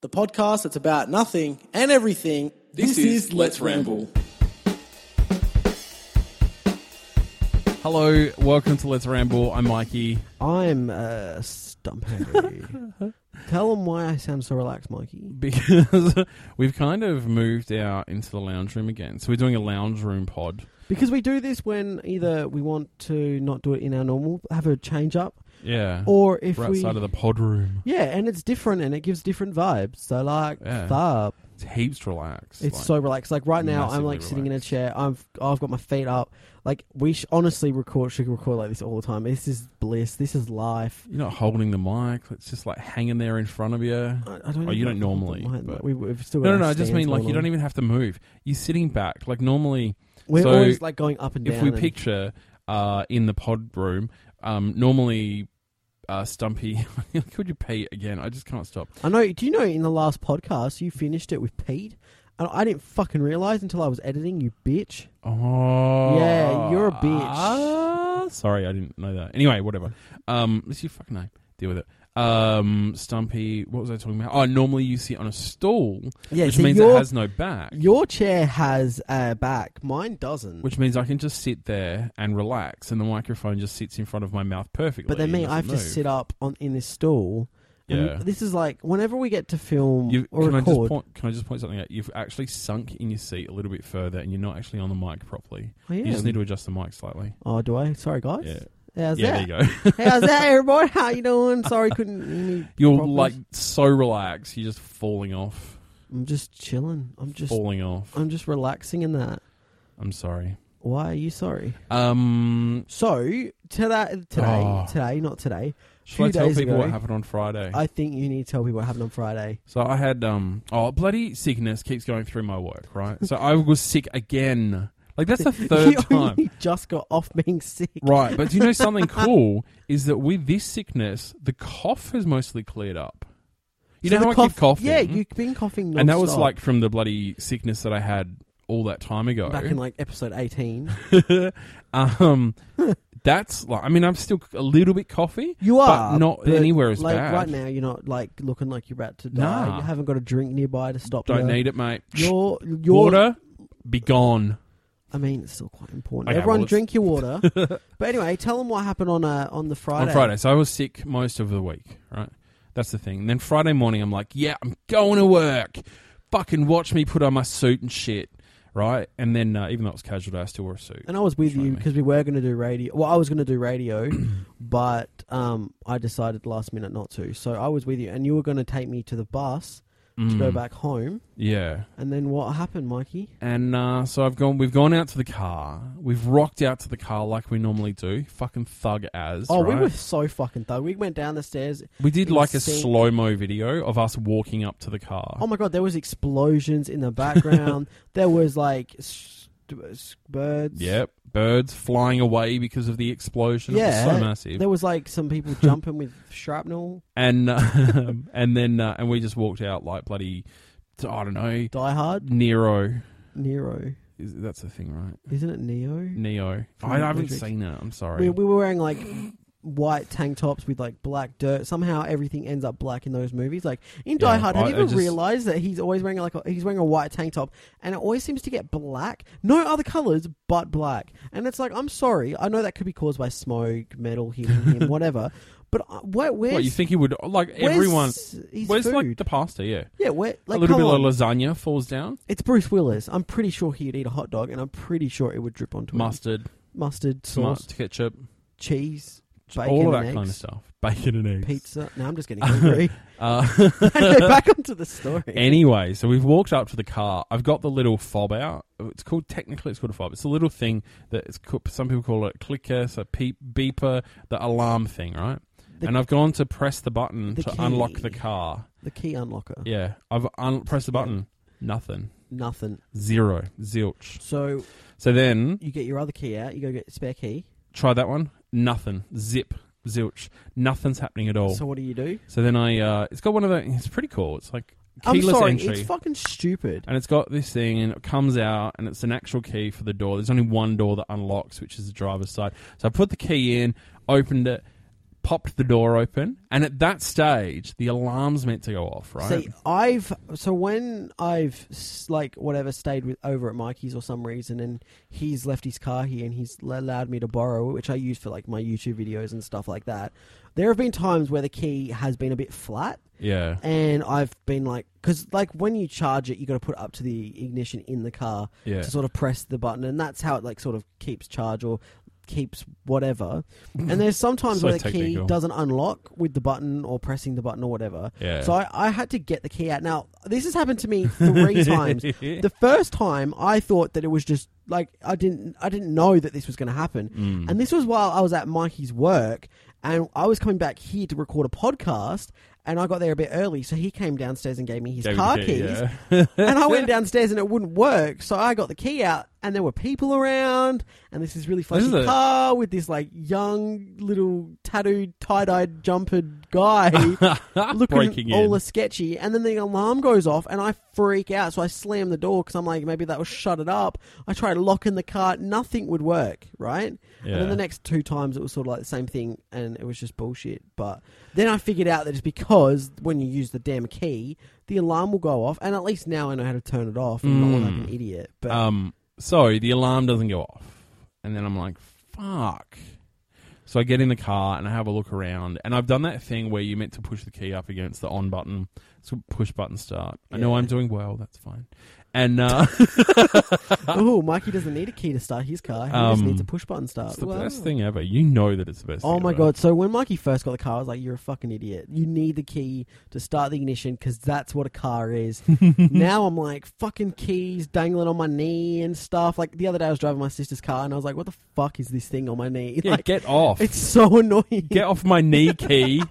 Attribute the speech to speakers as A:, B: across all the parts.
A: the podcast that's about nothing and everything.
B: This, is, Let's Ramble. Hello, welcome to Let's Ramble. I'm Mikey.
C: I'm uh, Stumpy. Tell them why I sound so relaxed, Mikey.
B: Because we've kind of moved out into the lounge room again. So we're doing a lounge room pod.
C: Because we do this when either we want to not do it in our normal, have a change up,
B: Yeah.
C: or if
B: we're
C: we
B: outside of the pod room.
C: yeah, and it's different and it gives different vibes. So like,
B: Yeah.
C: fuck.
B: It's heaps relaxed.
C: It's
B: Like,
C: so relaxed. Like right now, I'm like
B: Massively
C: sitting in a
B: relaxed.
C: chair. I've I've got my feet up. Like we sh- honestly record should record like this all the time. This is bliss. This is life.
B: You're not holding the mic. It's just like hanging there in front of you.
C: I, I don't.
B: Oh, you
C: even-
B: don't normally,
C: Mate,
B: but-
C: we, we've still got
B: No, no,
C: our
B: no. I just
C: stands
B: mean like
C: going on.
B: you don't even have to move. You're sitting back. Like normally,
C: We're
B: so
C: always like going up and down.
B: if we
C: and-
B: picture uh, in the pod room, um, normally uh, Stumpy, could you pee again? I just can't stop.
C: I know. Do you know in the last podcast you finished it with Pete? And I didn't fucking realize until I was editing, you bitch.
B: Oh,
C: Yeah, you're a bitch.
B: Ah, sorry, I didn't know that. Anyway, whatever. Um, it's your fucking name. Deal with it. Um, Stumpy, what was I talking about? Oh, normally you sit on a stool,
C: Yeah,
B: which
C: so
B: means it
C: your,
B: has no back.
C: your chair has a back, mine doesn't.
B: Which means I can just sit there and relax, and the microphone just sits in front of my mouth perfectly.
C: but then me,
B: and
C: I have
B: doesn't
C: to
B: move.
C: sit up on in this stool. and
B: Yeah.
C: This is like whenever we get to film
B: You,
C: or
B: can I just
C: record.
B: point? Can I just point something out? You've actually sunk in your seat a little bit further, and you're not actually on the mic properly.
C: I
B: You just
C: am.
B: need to adjust the mic slightly.
C: Oh, do I? Sorry, guys.
B: Yeah,
C: How's
B: yeah.
C: that?
B: There you go.
C: How's that, everybody? How you doing? Sorry, couldn't. hear me
B: You're
C: properly.
B: like so relaxed. You're just falling off.
C: I'm just chilling. I'm just.
B: falling off.
C: I'm just relaxing in that.
B: I'm sorry.
C: Why are you sorry?
B: Um,
C: So to that today,
B: Oh.
C: today, not today.
B: should I
C: Few
B: tell
C: days
B: people
C: ago-
B: what happened on Friday?
C: I think you need to tell people what happened on Friday.
B: so I had um oh bloody sickness keeps going through my work, right? so I was sick again. Like that's the third
C: you
B: time.
C: only just got off being sick.
B: Right, but do you know something cool is that with this sickness, the cough has mostly cleared up. You
C: So
B: know
C: the
B: how I
C: cough-
B: keep coughing?
C: Yeah, you've been coughing. Non-stop
B: and that was like from the bloody sickness that I had all that time ago.
C: back in like episode eighteen.
B: um, that's like I mean I'm still a little bit coffee,
C: You are,
B: but not
C: but,
B: anywhere as
C: like
B: bad.
C: right now, you're not like looking like you're about to die.
B: Nah.
C: You haven't got a drink nearby to stop.
B: Don't
C: you.
B: need it, mate.
C: your your
B: Water, be gone.
C: I mean, it's still quite important.
B: Okay,
C: Everyone,
B: well, it's-
C: drink your water. but anyway, tell them what happened on uh, on the Friday.
B: On Friday, so I was sick most of the week. Right, that's the thing. And then Friday morning, I'm like, yeah, I'm going to work. Fucking watch me put on my suit and shit. Right, and then uh, even though it was casual, day, I still wore a suit.
C: And I was with
B: Shame
C: you
B: me.
C: because we were going to do radio. Well, I was going to do radio, but um, I decided last minute not to. So I was with you, and you were going to take me to the bus to go
B: Mm,
C: back home.
B: Yeah,
C: And then what happened, Mikey?
B: and uh, so I've gone. We've gone out to the car. We've rocked out to the car like we normally do. Fucking thug as.
C: Oh,
B: right?
C: we were so fucking thug. We went down the stairs.
B: We did like a
C: insane.
B: slow mo video of us walking up to the car.
C: Oh my god, there was explosions in the background. there was like s- s- birds.
B: Yep, birds flying away because of the explosion. it was
C: Yeah.
B: so massive.
C: There was like some people jumping with shrapnel.
B: and uh, and then uh, and we just walked out like bloody I don't know
C: Die Hard,
B: Nero.
C: Nero,
B: Is, that's the thing, right?
C: isn't it Neo?
B: Neo.
C: From
B: I haven't
C: Matrix.
B: seen it. I'm sorry.
C: We, we were wearing like white tank tops with like black dirt. Somehow everything ends up black in those movies. Like in Die
B: Yeah,
C: Hard,
B: I-
C: have
B: I
C: you ever
B: just-
C: realized that he's always wearing like a, he's wearing a white tank top, and it always seems to get black. No other colors but black. And it's like I'm sorry, I know that could be caused by smoke, metal hitting him, whatever. But uh, where, where's
B: what you think he would like?
C: where's
B: Everyone.
C: his
B: Where's
C: food?
B: like the pasta? Yeah,
C: yeah, where like
B: a little
C: come
B: bit
C: on.
B: of lasagna falls down.
C: It's Bruce Willis. I'm pretty sure he'd eat a hot dog, and I'm pretty sure it would drip onto him.
B: Mustard,
C: mustard sauce,
B: tomato ketchup,
C: cheese, bacon,
B: all of that
C: and eggs,
B: kind of stuff. Bacon and eggs.
C: pizza. No, I'm just getting hungry.
B: Uh,
C: Go back onto the story.
B: Anyway, so we've walked up to the car. I've got the little fob out. It's called technically it's called a fob. It's a little thing that it's called, some people call it a clicker, so peep beeper, the alarm thing, right?
C: The-
B: and I've gone to press the button
C: the
B: to
C: key. Oh.
B: unlock the car.
C: the key unlocker.
B: Yeah, I've un- pressed the button. Nothing.
C: Nothing.
B: Zero. Zilch.
C: So
B: So then
C: you get your other key out. You go get spare key.
B: try that one. Nothing. Zip. Zilch. Nothing's happening at all.
C: So
B: So,
C: what do you do?
B: then I uh, it's got one of the it's pretty cool. It's like
C: I'm
B: keyless
C: sorry,
B: entry.
C: it's fucking stupid.
B: and it's got this thing and it comes out and it's an actual key for the door there's only one door that unlocks which is the driver's side so i put the key in opened it popped the door open, and at that stage, the alarm's meant to go off, right?
C: See, I've so when I've s- like whatever stayed with over at Mikey's or some reason, and he's left his car here, and he's l- allowed me to borrow, it, which I use for like my YouTube videos and stuff like that. There have been times where the key has been a bit flat,
B: yeah.
C: and I've been like, because like when you charge it, you got to put it up to the ignition in the car
B: Yeah.
C: to sort of press the button, and that's how it like sort of keeps charge or keeps whatever. And there's sometimes
B: Mm. So
C: where the key
B: technical.
C: doesn't unlock with the button or pressing the button or whatever.
B: Yeah.
C: So I, I had to get the key out. Now this has happened to me three times. The first time I thought that it was just like I didn't I didn't know that this was going to happen,
B: Mm.
C: and this was while I was at Mikey's work, and I was coming back here to record a podcast. And I got there a bit early, so he came downstairs and gave me his
B: Gave me
C: car
B: the key,
C: keys
B: yeah.
C: and I went downstairs and it wouldn't work, so I got the key out and there were people around and this is really flashy
B: is a-
C: car with this like young little tattooed tie-dyed jumpered guy looking
B: Breaking in.
C: all sketchy and then the alarm goes off and I freak out so I slam the door because I'm like maybe that will shut it up. I tried locking the car, nothing would work, right? And
B: Yeah.
C: then the next two times it was sort of like the same thing and it was just bullshit. But then I figured out that it's because when you use the damn key, the alarm will go off. And at least now I know how to turn it off and not look like an idiot. But
B: Um, so the alarm doesn't go off, and then I'm like, "Fuck!" So I get in the car and I have a look around, and I've done that thing where you meant to push the key up against the on button, so push button start. I know
C: Yeah.
B: I'm doing well, that's fine. And uh,
C: oh, Mikey doesn't need a key to start his car. He just
B: Um,
C: needs a push button start.
B: it's the
C: Wow.
B: best thing ever. You know that it's the best.
C: Oh
B: thing
C: my
B: ever.
C: god! So when Mikey first got the car, I was like, "You're a fucking idiot. You need the key to start the ignition because that's what a car is." now I'm like, fucking keys dangling on my knee and stuff. Like the other day, I was driving my sister's car and I was like, "What the fuck is this thing on my knee?"
B: Yeah,
C: like,
B: get off.
C: it's so annoying.
B: get off my knee key.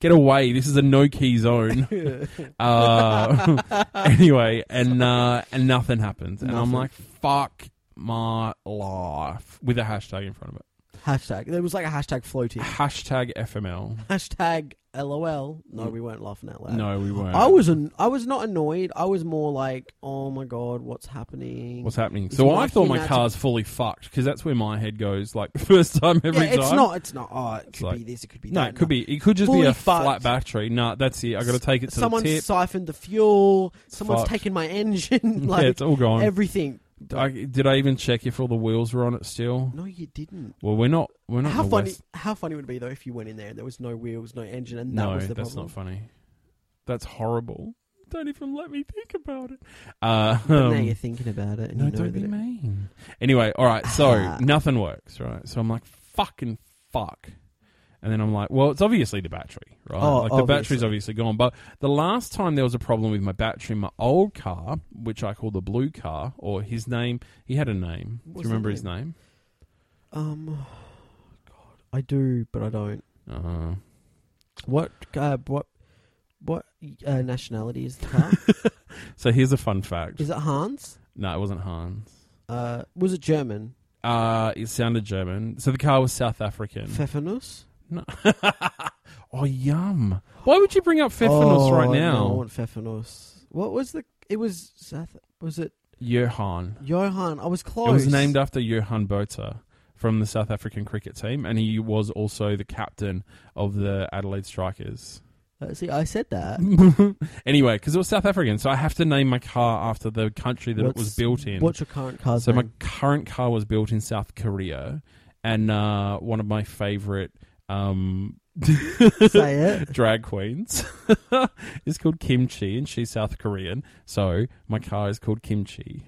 B: Get away! This is a no key zone. Uh, anyway, and uh, and nothing happens, and
C: Nothing.
B: I'm like, "Fuck my life" with a hashtag in front of it.
C: hashtag. There was like a hashtag floating.
B: Hashtag FML.
C: hashtag LOL. No, we weren't laughing out loud.
B: No, we weren't.
C: I was an, I was not annoyed. I was more like, "Oh my god, what's happening?"
B: What's happening?
C: It's
B: So I
C: like
B: thought
C: you
B: my
C: know,
B: car's fully fucked because that's where my head goes. Like the first time every
C: yeah,
B: time.
C: it's not. It's not. Oh, it could
B: like-
C: be this. It could be
B: No,
C: that.
B: it could be. It could just be
C: Fully
B: a
C: fucked.
B: flat battery. No, that's it. I got to take it to
C: someone's
B: the tip.
C: siphoned the fuel. Someone's
B: fucked.
C: taken my engine. like
B: yeah, it's all gone.
C: everything.
B: I, did I even check if all the wheels were on it still?
C: No, you didn't.
B: Well, we're not. We're not.
C: How
B: in the
C: funny!
B: West.
C: How funny would it be though if you went in there and there was no wheels, no engine, and that
B: no,
C: was the
B: that's
C: problem.
B: not funny. That's horrible. Don't even let me think about it. Uh,
C: But now
B: um,
C: you're thinking about it, and
B: No,
C: you know
B: don't
C: that
B: be
C: it-
B: mean. Anyway, all right, so
C: Ah.
B: nothing works, right? So I'm like, fucking fuck. And then I'm like, well, it's obviously the battery, right?
C: Oh,
B: like the battery's obviously gone. But the last time there was a problem with my battery in my old car, which I call the blue car, or his name, he had a name.
C: What's
B: Do you
C: his
B: remember his name?
C: Um, God, I do, but I don't.
B: Uh,
C: What? Uh, what? What uh, nationality is the car?
B: Uh, so here's a fun fact.
C: is it Hans?
B: No, it wasn't Hans.
C: Uh, was it German?
B: Uh, it sounded German. So the car was South African.
C: Pfeffernuss?
B: no. oh, yum. Why would you bring up Pfeffernuss
C: Oh,
B: right
C: no,
B: now?
C: I want Pfeffernuss. What was the? It was South. Was it
B: Johan.
C: Johan? I was close. Uh,
B: It was named after Johan Botha from the South African cricket team, and he was also the captain of the Adelaide Strikers.
C: Uh, see, I said that.
B: anyway, because it was South African, so I have to name my car after the country that it was
C: What's-
B: built in.
C: What's your current car's
B: so my
C: name?
B: current car was built in South Korea, and uh, one of my favorite um,
C: Say it.
B: drag queens is called Kimchi, and she's South Korean. So my car is called Kimchi.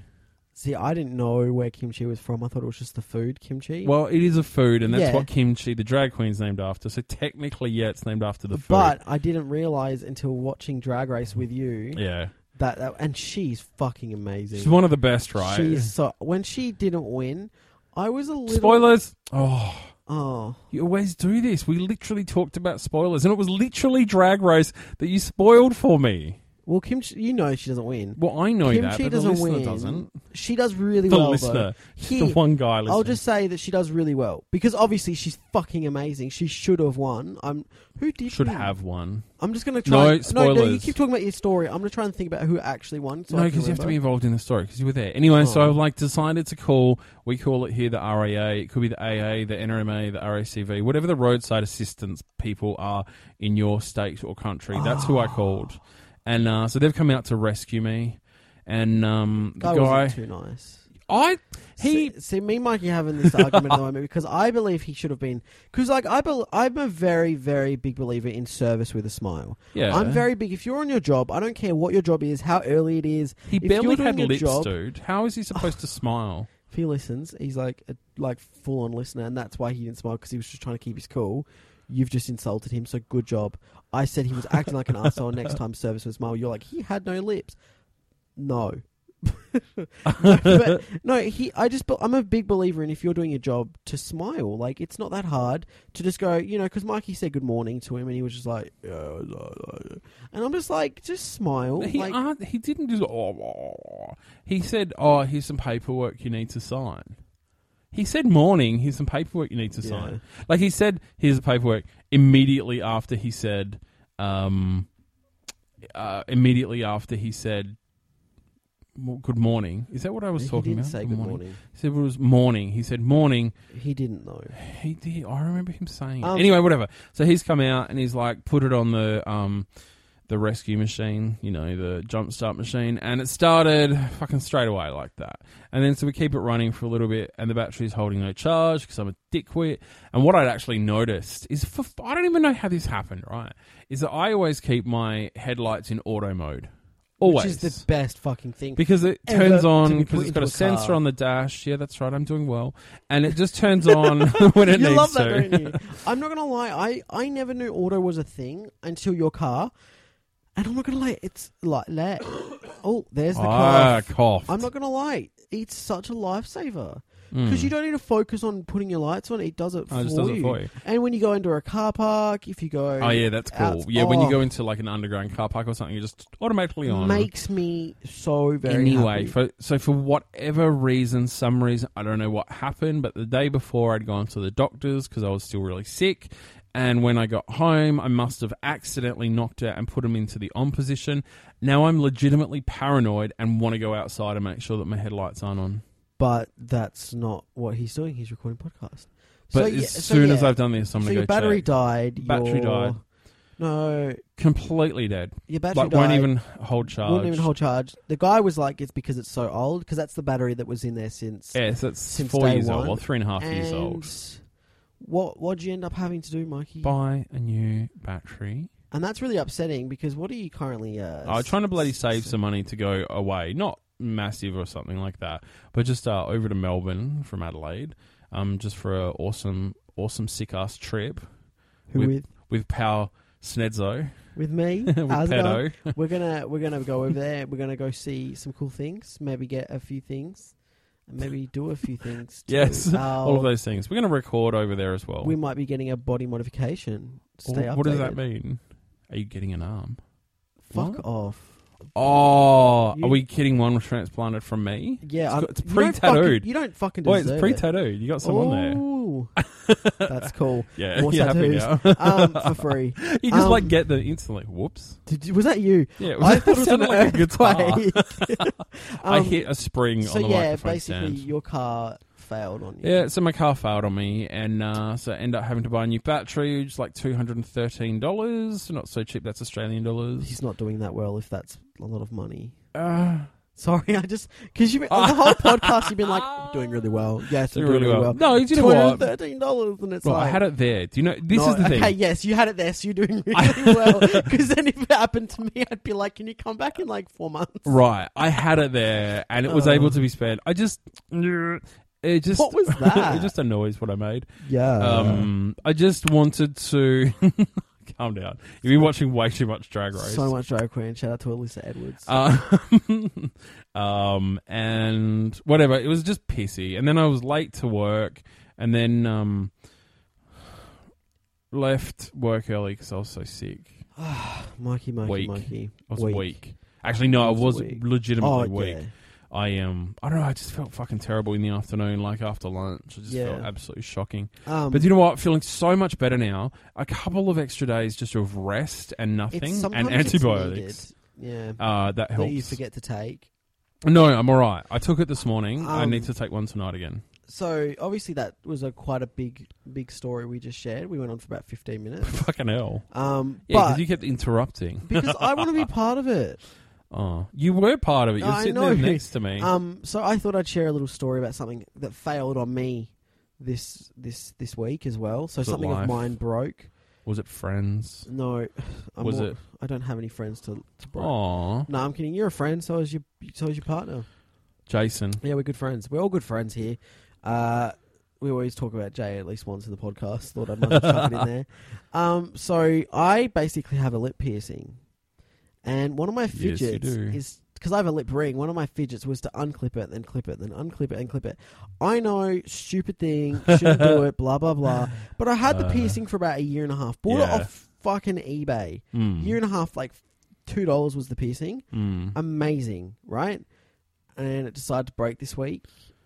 C: See, I didn't know where kimchi was from. I thought it was just the food kimchi.
B: Well, it is a food, and that's
C: Yeah.
B: what kimchi, the drag queen's named after. So technically, yeah, it's named after the food.
C: but I didn't realize until watching Drag Race with you
B: yeah,
C: that, that and she's fucking amazing.
B: she's one of the best, right?
C: She's so when she didn't win, I was a little
B: Spoilers. Oh,
C: Oh,
B: you always do this. We literally talked about spoilers, and it was literally Drag Race that you spoiled for me.
C: Well, Kim, Chi- you know she doesn't win.
B: Well, I know
C: Kim
B: that,
C: Chi
B: but
C: doesn't
B: the listener
C: win.
B: doesn't.
C: She does really
B: The
C: well.
B: listener,
C: though.
B: the
C: Here,
B: one guy. Listening.
C: I'll just say that she does really well because obviously she's fucking amazing. She should have won. I'm who did
B: should
C: win?
B: have one.
C: I'm just gonna
B: No,
C: try. no, no. You
B: spoilers.
C: keep talking about your story. I'm gonna try and think about who actually won. So
B: No,
C: I can
B: because you have to be
C: remember.
B: involved in the story because you were there. Anyway, so
C: Oh.
B: I've like decided to call. We call it here the RAA. It could be the AA, the NRMA, the RACV, whatever the roadside assistance people are in your state or country. That's who I called,
C: Ah.
B: and uh, so they've come out to rescue me. And um, the
C: Guy
B: guy,
C: wasn't too nice.
B: I
C: He
B: he
C: see, see, me and Mikey having this argument at the moment because I believe he should have been because like I bel I'm a very very big believer in service with a smile.
B: yeah,
C: I'm very big. If you're on your job, I don't care what your job is, how early it is.
B: He
C: if
B: barely
C: you're
B: had
C: doing your
B: lips,
C: job-
B: dude. How is he supposed to smile?
C: If he listens, he's like a like full on listener, and that's why he didn't smile because he was just trying to keep his cool. You've just insulted him, so good job. I said he was acting like an asshole. Next time, service with a smile. You're like he had no lips. No. but no, he. I just. be- I'm a big believer in if you're doing your job to smile. Like it's not that hard to just go. You know, because Mikey said good morning to him, and he was just like, yeah, la, la, la." and I'm just like, just smile.
B: He
C: like,
B: uh, he didn't just. Oh, oh, oh. He said, "Oh, here's some paperwork you need to sign." He said, "Morning, here's some paperwork you need to
C: Yeah.
B: sign." Like he said, "Here's the paperwork." Immediately after he said, um, uh, immediately after he said, "Well, "Good morning." Is that what I was
C: he
B: talking
C: didn't
B: about?
C: say good morning.
B: He said it was morning. He said morning.
C: He didn't know.
B: He did. I remember him saying. it.
C: Um,
B: anyway, whatever. So he's come out and he's like put it on the um the rescue machine, you know, the jump start machine, and it started fucking straight away like that. And then so we keep it running for a little bit, and the battery's holding no charge because I'm a dickwit. And what I'd actually noticed is, for, I don't even know how this happened. Right? Is that I always keep my headlights in auto mode, always.
C: Which is the best fucking thing.
B: Because it
C: ever
B: turns
C: to
B: on
C: be
B: because
C: put
B: it's got a,
C: into a
B: sensor
C: car.
B: on the dash. Yeah, that's right. I'm doing well, and it just turns on when it
C: you
B: needs
C: love
B: to.
C: that, don't you? I'm not gonna lie. I I never knew auto was a thing until your car, and I'm not gonna lie. It's like that. Oh, there's the
B: ah,
C: car.
B: cough.
C: I'm not gonna lie. It's such a lifesaver
B: Mm.
C: because you don't need to focus on putting your lights on. It does it, for,
B: Oh, it just
C: you.
B: does it for you.
C: And when you go into a car park, if you go,
B: Oh yeah, that's cool.
C: Outs-
B: yeah, when you
C: oh.
B: go into like an underground car park or something, you're just automatically on.
C: makes me so very
B: anyway,
C: happy.
B: for, so for whatever reason, some reason I don't know what happened, but the day before I'd gone to the doctors because I was still really sick, and when I got home, I must have accidentally knocked out and put them into the on position. Now I'm legitimately paranoid and want to go outside and make sure that my headlights aren't on.
C: but that's not what he's doing. He's recording podcast.
B: But
C: so,
B: as
C: yeah, so
B: soon
C: yeah.
B: as I've done this, I'm
C: so
B: gonna
C: your
B: go
C: battery
B: check.
C: died. your-
B: Battery died.
C: No,
B: completely dead.
C: your battery
B: Like
C: died.
B: won't even hold charge.
C: Wouldn't even hold charge. The guy was like, "It's because it's so old, because that's the battery that was in there since."
B: Yes, that's
C: since
B: four
C: day
B: years old
C: one.
B: or three and a half years
C: And
B: old.
C: What what'd you end up having to do, Mikey?
B: Buy a new battery.
C: And that's really upsetting because what are you currently? Uh,
B: I'm trying to bloody
C: s-
B: save
C: s-
B: some money to go away, not massive or something like that, but just uh, over to Melbourne from Adelaide, um, just for a awesome, awesome sick ass trip
C: Who
B: with-
C: with
B: with Pal Snedzo,
C: with me?
B: with
C: How's it going?
B: Pedo.
C: We're gonna we're gonna go over there. We're gonna go see some cool things. Maybe get a few things. And maybe do a few things. too.
B: Yes, all of
C: Our-
B: those things. We're going to record over there as well.
C: Oh. We might be getting a body modification. Stay
B: what does that
C: updated.
B: mean? Are you getting an arm?
C: Fuck
B: What?
C: off.
B: Oh,
C: You-
B: are we kidding? One was transplanted from me.
C: Yeah,
B: It's
C: I'm-
B: got- it's
C: you don't fucking-
B: pre-tattooed.
C: You don't fucking
B: Wait,
C: deserve
B: it's
C: it.
B: pre-tattooed. You got someone there.
C: Ooh. That's cool.
B: Yeah,
C: More
B: you're happy
C: tattoos.
B: now.
C: Um, for free.
B: You just
C: Um,
B: like get the instantly. Whoops.
C: Did you, was that you?
B: Yeah, it was, I thought it was
C: sounded
B: like a guitar.
C: earthquake.
B: Ah. I
C: Um,
B: hit a spring
C: So
B: on the
C: yeah,
B: microphone
C: basically
B: stand.
C: your car failed on you.
B: Yeah, so my car failed on me, and uh, so I end up having to buy a new battery, which is like two hundred and thirteen dollars. Not so cheap. That's Australian dollars.
C: He's not doing that well if that's a lot of money.
B: Uh,
C: Sorry, I just because you the whole podcast you've been like doing really well. Yes,
B: doing
C: you're
B: really well. No, you
C: Two
B: know
C: hundred
B: what?
C: thirteen dollars, and it's
B: Well,
C: like
B: I had it there. Do you know? This
C: No,
B: is the
C: okay,
B: thing.
C: yes, you had it there, so you're doing really well. Because then if it happened to me, I'd be like, "Can you come back in like four months?"
B: Right, I had it there, and it was
C: Oh.
B: able to be spared. I just, it just
C: What was that? Uh.
B: it just annoys what I made.
C: Yeah.
B: Um, I just wanted to calm down. You've been watching way too much Drag Race. Uh,
C: So much drag queen. Shout out to Alyssa Edwards.
B: Um, um, and whatever. It was just pissy. And then I was late to work, and then um, left work early because I was so sick.
C: Mikey, Mikey,
B: Weak.
C: Mikey.
B: I was weak. Actually, no, I
C: It's
B: was
C: weak. oh,
B: legitimately weak.
C: yeah.
B: I um, I don't know. I just felt fucking terrible in the afternoon, like after lunch. I just
C: Yeah.
B: felt absolutely shocking.
C: Um,
B: But you know what? Feeling so much better now. A couple of extra days just of rest and
C: it's-
B: nothing
C: sometimes
B: and
C: it's
B: antibiotics.
C: needed. Yeah.
B: Uh, that
C: that you
B: helps.
C: forget to take.
B: no, I'm all right. I took it this morning. I
C: Um,
B: need to take one tonight again.
C: So obviously that was a quite a big big story we just shared. We went on for about fifteen minutes.
B: Fucking hell.
C: Um,
B: Yeah, because
C: but
B: you kept interrupting.
C: because I want to be part of it.
B: Oh, you were part of it. You're
C: I
B: sitting
C: know.
B: there next to me.
C: Um, so I thought I'd share a little story about something that failed on me this this this week as well. So
B: Was it
C: something of
B: life?
C: mine broke.
B: was it friends?
C: No, I'm
B: Was
C: all-
B: it? Oh.
C: I don't have any friends to to break.
B: Aw,
C: No, I'm kidding. You're a friend. So is your so is your partner.
B: Jason.
C: Yeah, we're good friends. We're all good friends here. Uh, we always talk about Jay at least once in the podcast. Thought I might chuck it in there. Um, so I basically have a lip piercing, and one of my
B: Yes, you
C: fidgets
B: do.
C: is because I have a lip ring. One of my fidgets was to unclip it, then clip it, then unclip it and clip it. I know, stupid thing, shouldn't do it. Blah blah blah. But I had the
B: Uh,
C: piercing for about a year and a half. Bought
B: yeah.
C: it off fucking eBay.
B: Mm.
C: Year and a half, like two dollars was the piercing
B: Mm.
C: amazing, right? And it decided to break this week.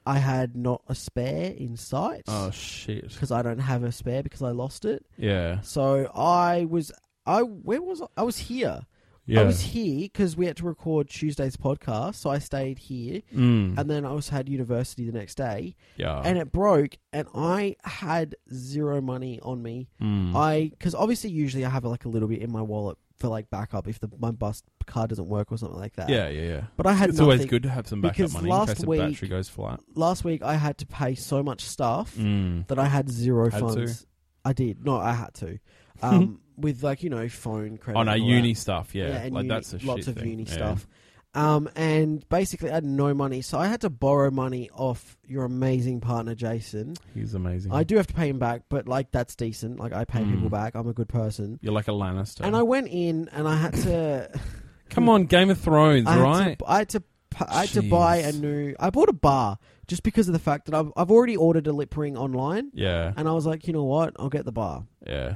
C: I had not a spare in sight
B: Oh shit.
C: because I don't have a spare because I lost it.
B: Yeah.
C: So I was, I where was I? I was here.
B: Yeah.
C: I was here because we had to record Tuesday's podcast, so I stayed here.
B: Mm.
C: And then I also had university the next day,
B: yeah.
C: and it broke, and I had zero money on me.
B: Mm.
C: I because obviously usually I have like a little bit in my wallet for like backup if the my bus card doesn't work or something like that.
B: yeah, yeah, yeah.
C: but I had
B: It's
C: nothing.
B: always good to have some backup
C: because
B: money in
C: last
B: case the
C: week-
B: battery goes flat.
C: last week I had to pay so much stuff
B: Mm.
C: that I had zero
B: Had to?
C: funds. I did. No, I had to. Um, with like, you know, phone credit.
B: On our
C: and all
B: Oh, uni
C: that.
B: stuff, yeah,
C: and
B: like
C: uni-
B: that's a
C: lots
B: shit
C: of
B: thing.
C: uni
B: Yeah.
C: stuff. Um, and basically I had no money. So I had to borrow money off your amazing partner, Jason.
B: He's amazing.
C: I do have to pay him back, but like, that's decent. Like I pay
B: Mm.
C: people back. I'm a good person.
B: You're like a Lannister.
C: And I went in and I had to,
B: Come on, Game of Thrones,
C: I had
B: right?
C: to, I had to, I had to buy a
B: Jeez.
C: new, I bought a bar just because of the fact that I've, I've already ordered a lip ring online.
B: yeah,
C: And I was like, you know what? I'll get the bar.
B: yeah.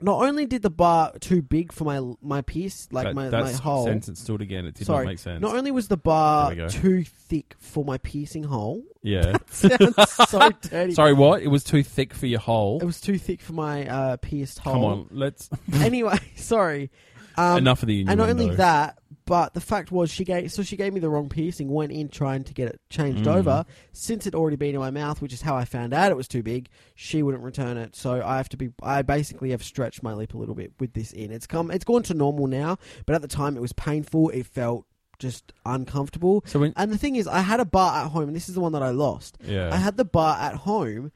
C: Not only did the bar too big for my my piece, like
B: that,
C: my,
B: that
C: my hole.
B: sentence stood again. It did
C: Sorry,
B: not make sense.
C: Not only was the
B: There
C: bar
B: we go.
C: too thick for my piercing hole.
B: yeah.
C: Sounds so dirty.
B: Sorry, what? It was too thick for your hole.
C: It was too thick for my uh, pierced hole.
B: Come on, let's.
C: Anyway, sorry. Um,
B: enough of the
C: and
B: innuendo.
C: not only that, but the fact was she gave so she gave me the wrong piercing. Went in trying to get it changed
B: Mm.
C: over. Since it'd already been in my mouth, which is how I found out it was too big, she wouldn't return it. So I have to be. I basically have stretched my lip a little bit with this in. It's come. It's gone to normal now, but at the time it was painful. It felt just uncomfortable.
B: So when,
C: And the thing is, I had a bar at home, and this is the one that I lost. I
B: yeah,
C: had the bar at home.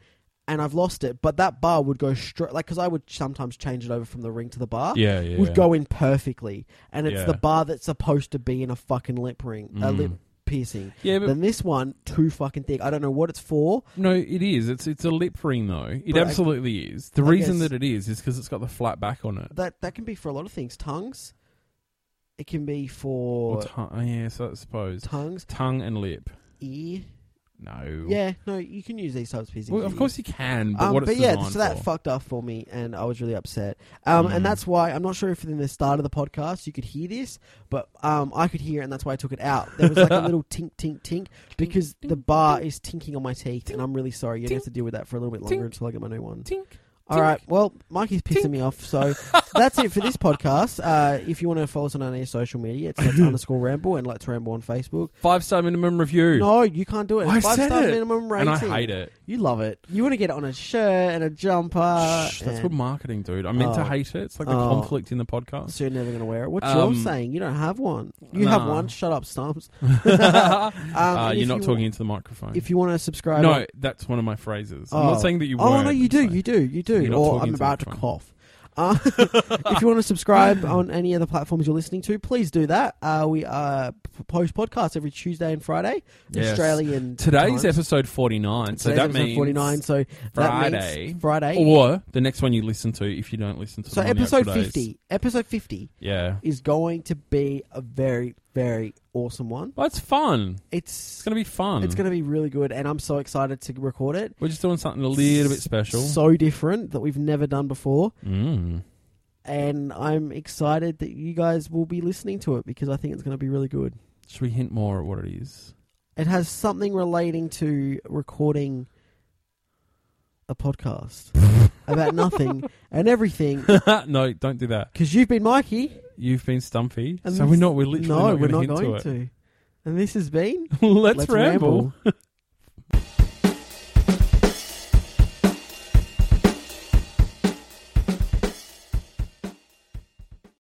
C: And I've lost it, but that bar would go straight, like, because I would sometimes change it over from the ring to the bar
B: yeah, yeah,
C: would go in perfectly, and it's
B: Yeah.
C: the bar that's supposed to be in a fucking lip ring, a
B: Mm.
C: lip piercing.
B: Yeah, but
C: Then this one, too fucking thick. I don't know what it's for.
B: no, it is. It's it's a lip ring though. It
C: But I-
B: absolutely is. The
C: I
B: reason
C: guess-
B: that it is is because it's got the flat back on it.
C: That that can be for a lot of things. Tongues. It can be
B: Or
C: for
B: tongue, oh, yeah, so I suppose
C: tongues,
B: tongue and lip.
C: ear.
B: No.
C: Yeah, no, you can use these types of piercings.
B: Well, of course you can, but
C: Um,
B: what it's
C: but yeah,
B: designed
C: so that
B: for.
C: fucked up for me, and I was really upset. Um,
B: Mm.
C: And that's why I'm not sure if in the start of the podcast you could hear this, but um, I could hear, it, and that's why I took it out. There was like a little tink, tink, tink, because the bar is tinking on my teeth, and I'm really sorry. You're gonna have to deal with that for a little bit longer
B: Tink.
C: until I get my new one.
B: Tink.
C: All right. Well, Mikey's pissing me off, so that's it for this podcast. Uh, if you want to follow us on any social media, it's let's underscore ramble and let's ramble on Facebook.
B: Five star minimum review.
C: No, you can't do it.
B: I
C: Five
B: said
C: star
B: it,
C: minimum rating.
B: and I hate it.
C: You love it. You want to get it on a shirt and a jumper.
B: Shh, that's
C: and-
B: what marketing, dude. I meant
C: Oh.
B: to hate it. It's like the
C: Oh.
B: conflict in the podcast.
C: So you're never going to wear it. What's
B: Um,
C: your saying? You don't have one. You have
B: nah.
C: one. Shut up, Stumps.
B: uh,
C: and
B: you're
C: if
B: not
C: you-
B: talking into the microphone.
C: If you want to subscribe,
B: no,
C: on-
B: that's one of my phrases. I'm
C: Oh.
B: not saying that you.
C: oh
B: weren't,
C: no, you
B: I'm
C: do,
B: saying-
C: you do, you do.
B: You're not
C: Or
B: talking
C: I'm
B: into
C: about to
B: the
C: cough. Uh, if you want to subscribe on any of the platforms you're listening to, please do that. Uh, we uh, p- post podcasts every Tuesday and Friday.
B: Yes.
C: Australian
B: Today's
C: times.
B: episode 49. so
C: Today's
B: that
C: episode
B: means
C: 49. So that
B: Friday.
C: means Friday.
B: Or the next one you listen to if you don't listen to
C: so
B: the one out
C: episode
B: today's.
C: 50. Episode 50
B: Yeah.
C: is going to be a very, very awesome one.
B: Well, it's fun.
C: It's
B: It's going to be fun.
C: It's going to be really good, and I'm so excited to record it.
B: We're just doing something a little bit special.
C: So different that we've never done before.
B: mm.
C: and I'm excited that you guys will be listening to it because I think it's going to be really good.
B: Should we hint more at what it is?
C: It has something relating to recording a podcast about nothing and everything
B: no, don't do that.
C: because you've been Mikey.
B: You've been Stumpy,
C: And
B: so
C: this-
B: we're not. We're literally
C: no,
B: not
C: we're not
B: hint
C: going to. And this has been
B: to. Let's, ramble.
C: ramble.